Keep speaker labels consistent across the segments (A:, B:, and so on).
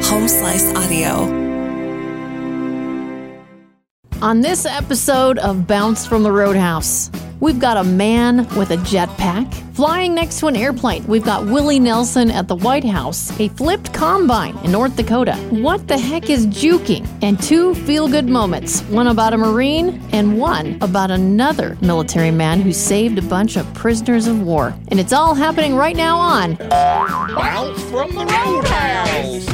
A: Slice Audio.
B: On this episode of Bounce from the Roadhouse, we've got a man with a jetpack flying next to an airplane. We've got Willie Nelson at the White House, a flipped combine in North Dakota. What the heck is juking? And two feel good moments one about a Marine and one about another military man who saved a bunch of prisoners of war. And it's all happening right now on
C: Bounce from the Roadhouse.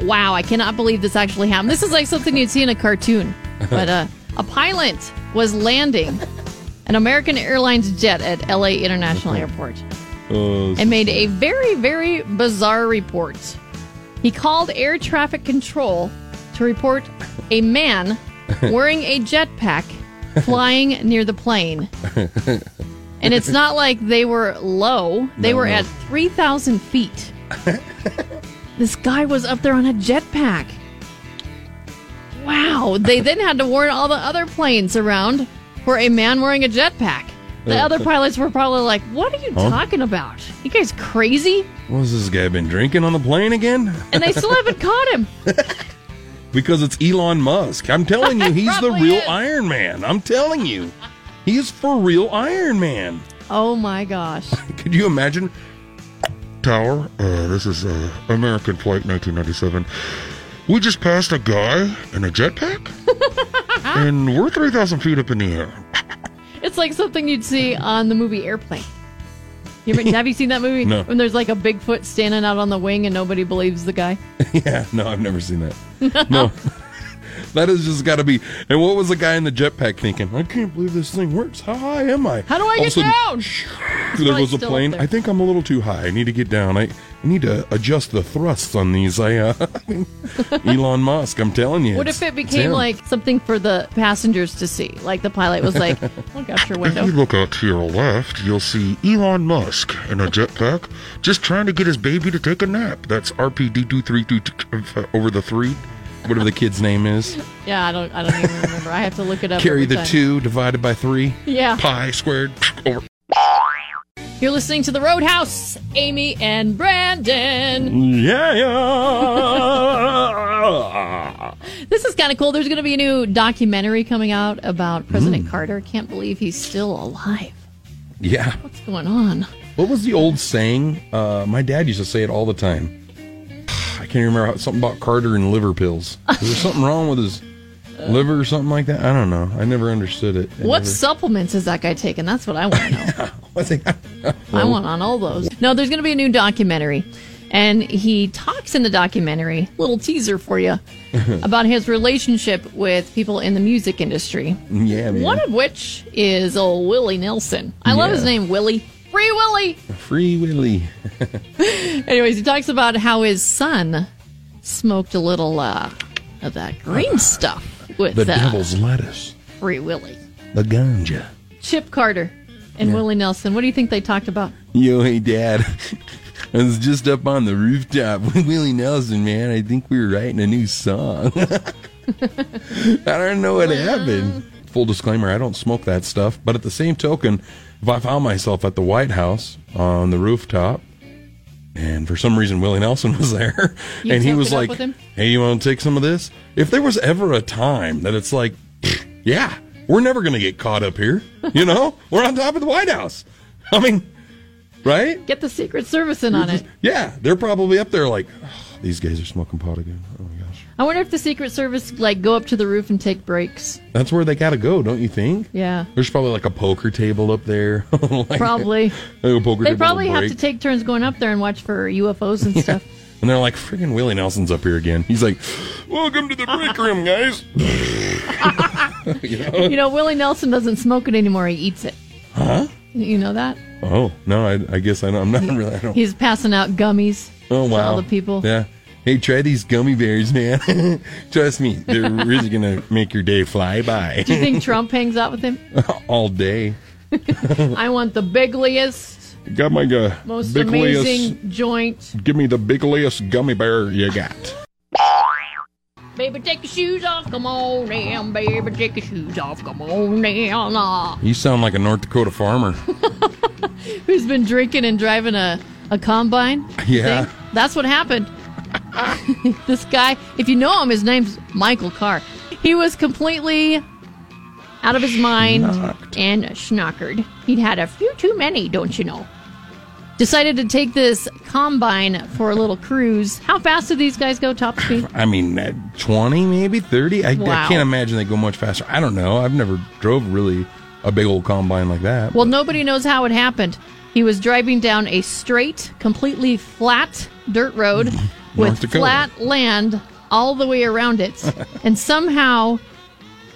B: Wow, I cannot believe this actually happened. This is like something you'd see in a cartoon. But uh, a pilot was landing an American Airlines jet at LA International Airport and made a very, very bizarre report. He called air traffic control to report a man wearing a jetpack flying near the plane. And it's not like they were low, they were at 3,000 feet. This guy was up there on a jetpack. Wow. They then had to warn all the other planes around for a man wearing a jetpack. The other pilots were probably like, What are you talking about? You guys crazy?
C: What's this guy been drinking on the plane again?
B: And they still haven't caught him.
C: Because it's Elon Musk. I'm telling you,
B: It
C: he's the
B: probably
C: real
B: is.
C: Iron Man. I'm telling you, he's for real Iron Man.
B: Oh my gosh.
C: Could you imagine?
D: Tower, uh, this is uh, American Flight 1997. We just passed a guy in a jetpack, and we're 3,000 feet up in the air.
B: It's like something you'd see on the movie Airplane. You ever, have you seen that movie?
C: No.
B: When there's like a Bigfoot standing out on the wing and nobody believes the guy.
C: Yeah, no, I've never seen that. No. That has just got to be. And what was the guy in the jetpack thinking? I can't believe this thing works. How high am I?
B: How do I
C: All of a
B: get
C: sudden,
B: down?
C: there
B: Probably
C: was a
B: still up
C: plane.
B: there.
C: I think I'm a little too high. I need to get down. I, I need to adjust the thrusts on these. I, uh, Elon Musk. I'm telling you.
B: What if
C: it's-
B: it
C: it's
B: became
C: him.
B: like something for the passengers to see? Like the pilot was like, look out your
D: If
B: window.
D: you look out to your left, you'll see Elon Musk in a jetpack just trying to get his baby to take a nap. That's RPD2322 uh, over the three.
C: whatever the kid's name is?
B: Yeah, I don't. I don't even remember. I have to look it up.
C: Carry
B: every
C: the
B: time.
C: two divided by three.
B: Yeah,
D: Pi squared over.
B: you're listening to the Roadhouse. Amy and Brandon.
C: Yeah, yeah.
B: This is kind of cool. There's going to be a new documentary coming out about
C: Mm.
B: President Carter. Can't believe he's still alive.
C: yeah.
B: What's going on?
C: What was the old saying? Uh, my dad used to say it all the time. I can't remember how, something about Carter and liver pills. Is there something wrong with his liver or something like that? I don't know. I never understood it. I
B: What
C: never-
B: supplements is that guy taking? That's what I want to know.
C: I think-
B: I want on all those. No, there's going to be a new documentary. And he talks in the documentary, little teaser for you, about his relationship with people in the music industry.
C: yeah, man.
B: One of which is old Willie Nelson. I love
C: Yeah.
B: his name, Willie. Free Willie!
C: Free Willy.
B: Anyways, he talks about how his son smoked a little uh, of that green stuff with
C: Uh, The
B: uh,
C: devil's lettuce.
B: Free Willie.
C: The ganja.
B: Chip Carter and Willie Nelson. What do you think they talked about?
C: Yo, hey, Dad. I was just up on the rooftop with Willie Nelson, man. I think we were writing a new song. I don't know what happened. Full disclaimer I don't smoke that stuff. But at the same token, if I found myself at the White House on the rooftop, and for some reason Willie Nelson was there,
B: You
C: and he
B: took
C: was
B: it up
C: like,
B: with him?
C: "Hey, you want to take some of this?" If there was ever a time that it's like, "Pfft, "Yeah, we're never going to get caught up here," you know, we're on top of the White House. I mean, right?
B: Get the Secret Service in on it.
C: Yeah, they're probably up there like, "Oh, these guys are smoking pot again. Oh my gosh.
B: I wonder if the Secret Service like go up to the roof and take breaks.
C: That's where they got to go, don't you think?
B: Yeah.
C: There's probably like a poker table up there. like,
B: Probably.
C: a poker
B: They
C: table
B: probably have
C: break.
B: to take turns going up there and watch for UFOs and stuff.
C: And they're like, friggin' Willie Nelson's up here again. He's like, welcome to the break room, guys.
B: You know, Willie Nelson doesn't smoke it anymore. He eats it. Huh? You know that?
C: oh, no, I, I guess I don't, I'm not really, I don't.
B: He's passing out gummies
C: Oh,
B: to
C: wow.
B: all the people.
C: Yeah. Hey, try these gummy bears, man. Trust me, they're really going to make your day fly by
B: Do you think Trump hangs out with him?
C: all day.
B: I want the bigliest,
C: Got my uh,
B: most
C: big
B: amazing joint.
C: Give me the bigliest gummy bear you got.
B: Baby, take your shoes off. Come on down. Baby, take your shoes off. Come on down. Ah.
C: You sound like a North Dakota farmer.
B: Who's been drinking and driving a, a combine?
C: Yeah.
B: That's what happened. this guy, if you know him, his name's Michael Carr. He was completely out of his mind
C: Schnocked.
B: and schnockered. He'd had a few too many, don't you know? Decided to take this combine for a little cruise. How fast do these guys go top speed?
C: I mean, uh, 20, maybe 30. I, I
B: Wow.
C: can't imagine they go much faster. I don't know. I've never drove really a big old combine like that.
B: Well, nobody knows how it happened. He was driving down a straight, completely flat dirt road with
C: Mm-hmm. Dakota.
B: flat land all the way around it, and somehow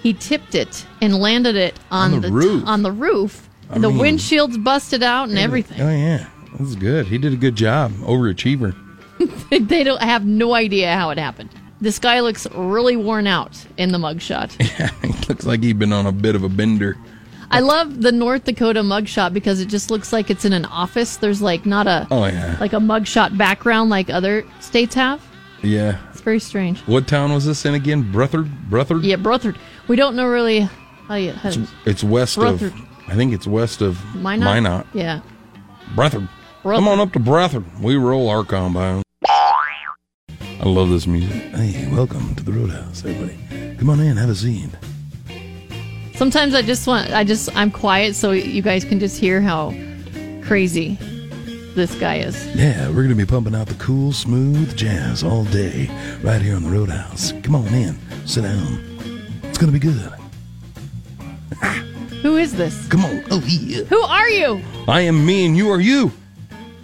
B: he tipped it and landed it on,
C: On the roof.
B: on the roof.
C: I
B: the
C: mean-
B: windshields busted out and everything.
C: Oh, yeah. That was good. He did a good job. Overachiever.
B: they don't have no idea how it happened. This guy looks really worn out in the mugshot.
C: he looks like he'd been on a bit of a bender.
B: I love the North Dakota mugshot because it just looks like it's in an office. There's like not a
C: Oh, yeah.
B: like a mugshot background like other states have.
C: Yeah.
B: It's very strange.
C: What town was this in again? Brethard? Brethard?
B: Yeah, Brothard. We don't know really how you. How to,
C: It's west
B: Brethard.
C: of. I think it's west of
B: Minot?
C: Minot.
B: Yeah.
C: Brethard. Come on up to Brethard. We roll our combine. I love this music. Hey, welcome to the Roadhouse, everybody. Come on in, have a seat.
B: Sometimes I just want. I just. I'm quiet so you guys can just hear how crazy this guy is.
C: Yeah, we're going to be pumping out the cool, smooth jazz all day right here on the Roadhouse. Come on in, sit down. It's going to be good.
B: Who is this?
C: Come on. Oh, yeah.
B: Who are you?
C: I am me and you are you.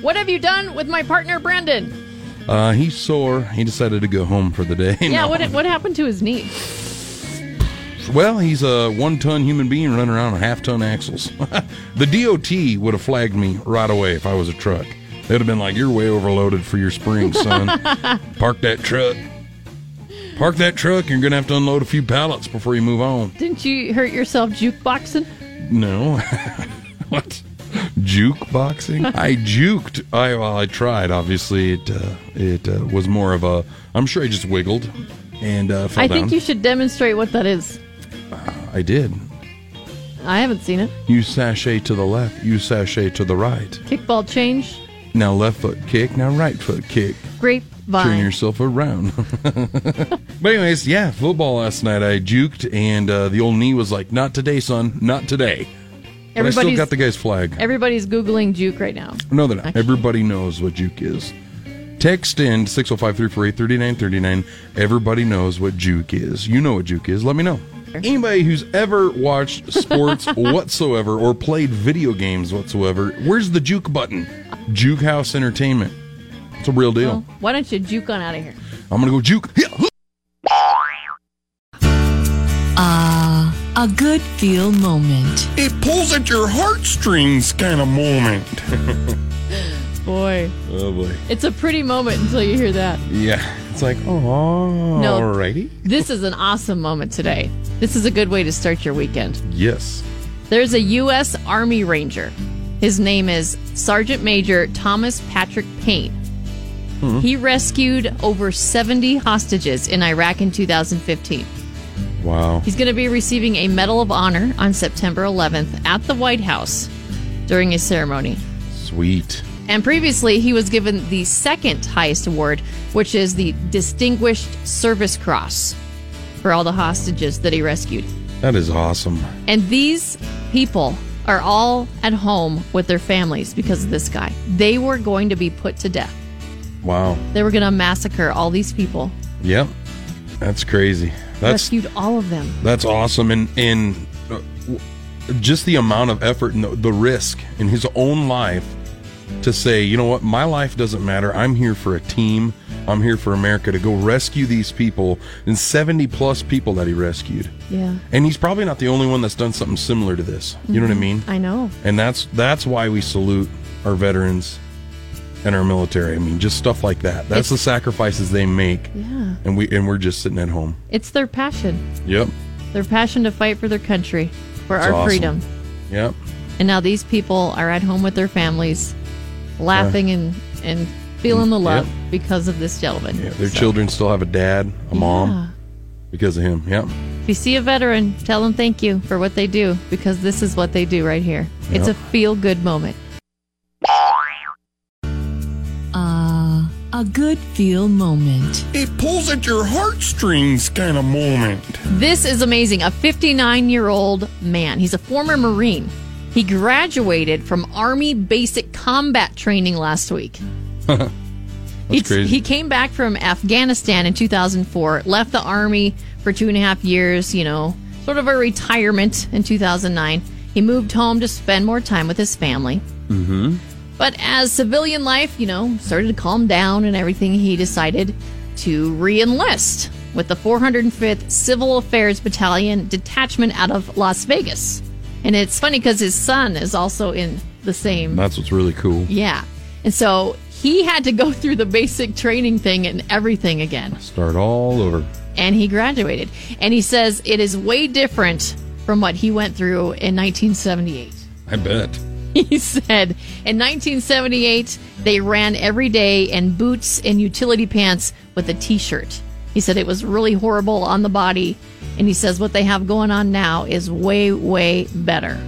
B: What have you done with my partner Brandon?
C: Uh, he's sore. He decided to go home for the day.
B: Yeah.
C: No.
B: What What happened to his knee?
C: Well, he's a one ton human being running around on half ton axles. the DOT would have flagged me right away if I was a truck. They'd have been like, You're way overloaded for your spring, son. Park that truck. Park that truck, you're going to have to unload a few pallets before you move on.
B: Didn't you hurt yourself jukeboxing?
C: No. what? Jukeboxing? I juked. I well, I tried. Obviously, it uh, it uh, was more of a. I'm sure I just wiggled and uh, fell
B: I
C: down.
B: think you should demonstrate what that is.
C: I did.
B: I haven't seen it.
C: You sashay to the left. You sashay to the right.
B: Kickball change.
C: Now left foot kick, now right foot kick. Turn
B: Grapevine.
C: yourself around. but anyways, yeah, football last night. I juked, and uh, the old knee was like, "Not today, son. Not today." But I still
B: Everybody's
C: got the guy's flag.
B: everybody's googling juke right now.
C: No, they're not. Everybody knows what juke is. Text in 605 348 3939. Everybody knows what juke is. You know what juke is. Let me know. Anybody who's ever watched sports whatsoever or played video games whatsoever, where's the juke button? Juke House Entertainment. It's a real deal.
B: Well, why don't you juke on out of here?
C: I'm going to go juke. Yeah.
A: A good feel moment.
D: It pulls at your heartstrings kind of moment.
B: Boy,
C: Oh, boy.
B: it's a pretty moment until you hear that.
C: Yeah. It's like, oh,
B: No.
C: alrighty.
B: This is an awesome moment today. This is a good way to start your weekend.
C: Yes.
B: There's a U.S. Army Ranger. His name is Sergeant Major Thomas Patrick Payne. He rescued over 70 hostages in Iraq in 2015.
C: Wow.
B: He's going to be receiving a Medal of Honor on September 11th at the White House during a ceremony.
C: Sweet.
B: And previously, he was given the second highest award, which is the Distinguished Service Cross for all the hostages that he rescued.
C: That is awesome.
B: And these people are all at home with their families because of this guy. They were going to be put to death,
C: Wow.
B: they were going to massacre all these people,
C: Yep. That's crazy. That's
B: rescued all of them.
C: That's awesome, and and uh, w- just the amount of effort and the, the risk in his own life to say, you know what, my life doesn't matter. I'm here for a team. I'm here for America to go rescue these people and 70 plus people that he rescued.
B: Yeah,
C: And he's probably not the only one that's done something similar to this. You know what I mean?
B: I know.
C: And that's that's why we salute our veterans and our military. I mean, just stuff like that. That's the sacrifices they make.
B: Yeah.
C: And we and we're just sitting at home.
B: It's their passion,
C: Yep.
B: their passion to fight for their country, for
C: It's
B: our
C: awesome.
B: freedom.
C: Yep.
B: And now these people are at home with their families, laughing and, and feeling the love
C: Yeah.
B: because of this gentleman.
C: Yeah, their children still have a dad, a mom because of him. Yeah.
B: If you see a veteran, tell them thank you for what they do because this is what they do right here. It's a
C: Yeah.
B: feel good moment.
A: Uh, a A good feel moment.
D: It pulls at your heartstrings kind of moment.
B: This is amazing. A 59 year old man. He's a former Marine. He graduated from Army Basic Combat Training last week. He's-
C: crazy.
B: He came back from Afghanistan in 2004, left the Army for two and a half years, you know, sort of a retirement in 2009. He moved home to spend more time with his family. Mm-hmm. But as civilian life, you know, started to calm down and everything, he decided to re enlist with the 405th Civil Affairs Battalion detachment out of Las Vegas. And it's funny because his son is also in the same
C: That's what's really cool.
B: yeah. And so he had to go through the basic training thing and everything again.
C: Start all over.
B: And he graduated. And he says it is way different from what he went through in 1978.
C: I bet.
B: He said in 1978, they ran every day in boots and utility pants with a t shirt. He said it was really horrible on the body. And he says what they have going on now is way, way better.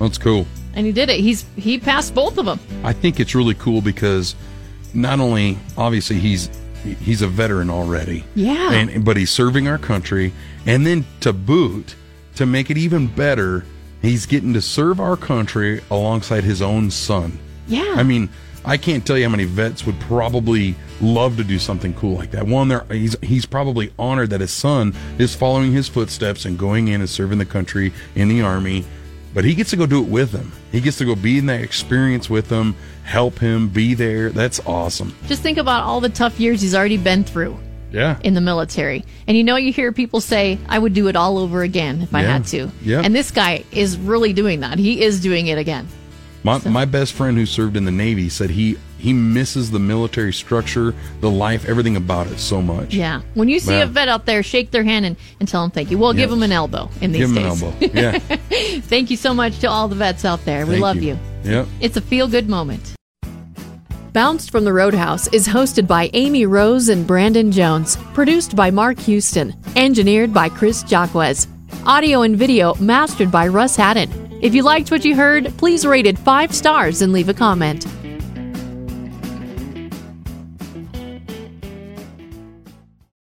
C: That's cool.
B: And he did it. He's he passed both of them.
C: I think it's really cool because not only obviously he's he's a veteran already.
B: Yeah.
C: And but he's serving our country and then to boot to make it even better, he's getting to serve our country alongside his own son.
B: Yeah.
C: I mean, I can't tell you how many vets would probably love to do something cool like that. One, they're, he's he's probably honored that his son is following his footsteps and going in and serving the country in the army. But he gets to go do it with them. He gets to go be in that experience with them, help him, be there. That's awesome.
B: Just think about all the tough years he's already been through.
C: Yeah.
B: in the military. And you know, you hear people say, I would do it all over again if I
C: Yeah.
B: had to.
C: Yeah.
B: And this guy is really doing that. He is doing it again.
C: My, my best friend who served in the Navy said he he misses the military structure, the life, everything about it so much.
B: Yeah. When you see
C: Yeah.
B: a vet out there, shake their hand and, and tell them thank you. Well, give
C: Yes.
B: them an elbow in these
C: Give him an
B: days.
C: elbow. Yeah.
B: Thank you so much to all the vets out there. We
C: Thank
B: love you.
C: Yep.
B: It's a feel good moment. Bounced from the Roadhouse is hosted by Amy Rose and Brandon Jones, produced by Mark Houston, engineered by Chris Jacques. Audio and video mastered by Russ Haddon. If you liked what you heard, please rate it five stars and leave a comment.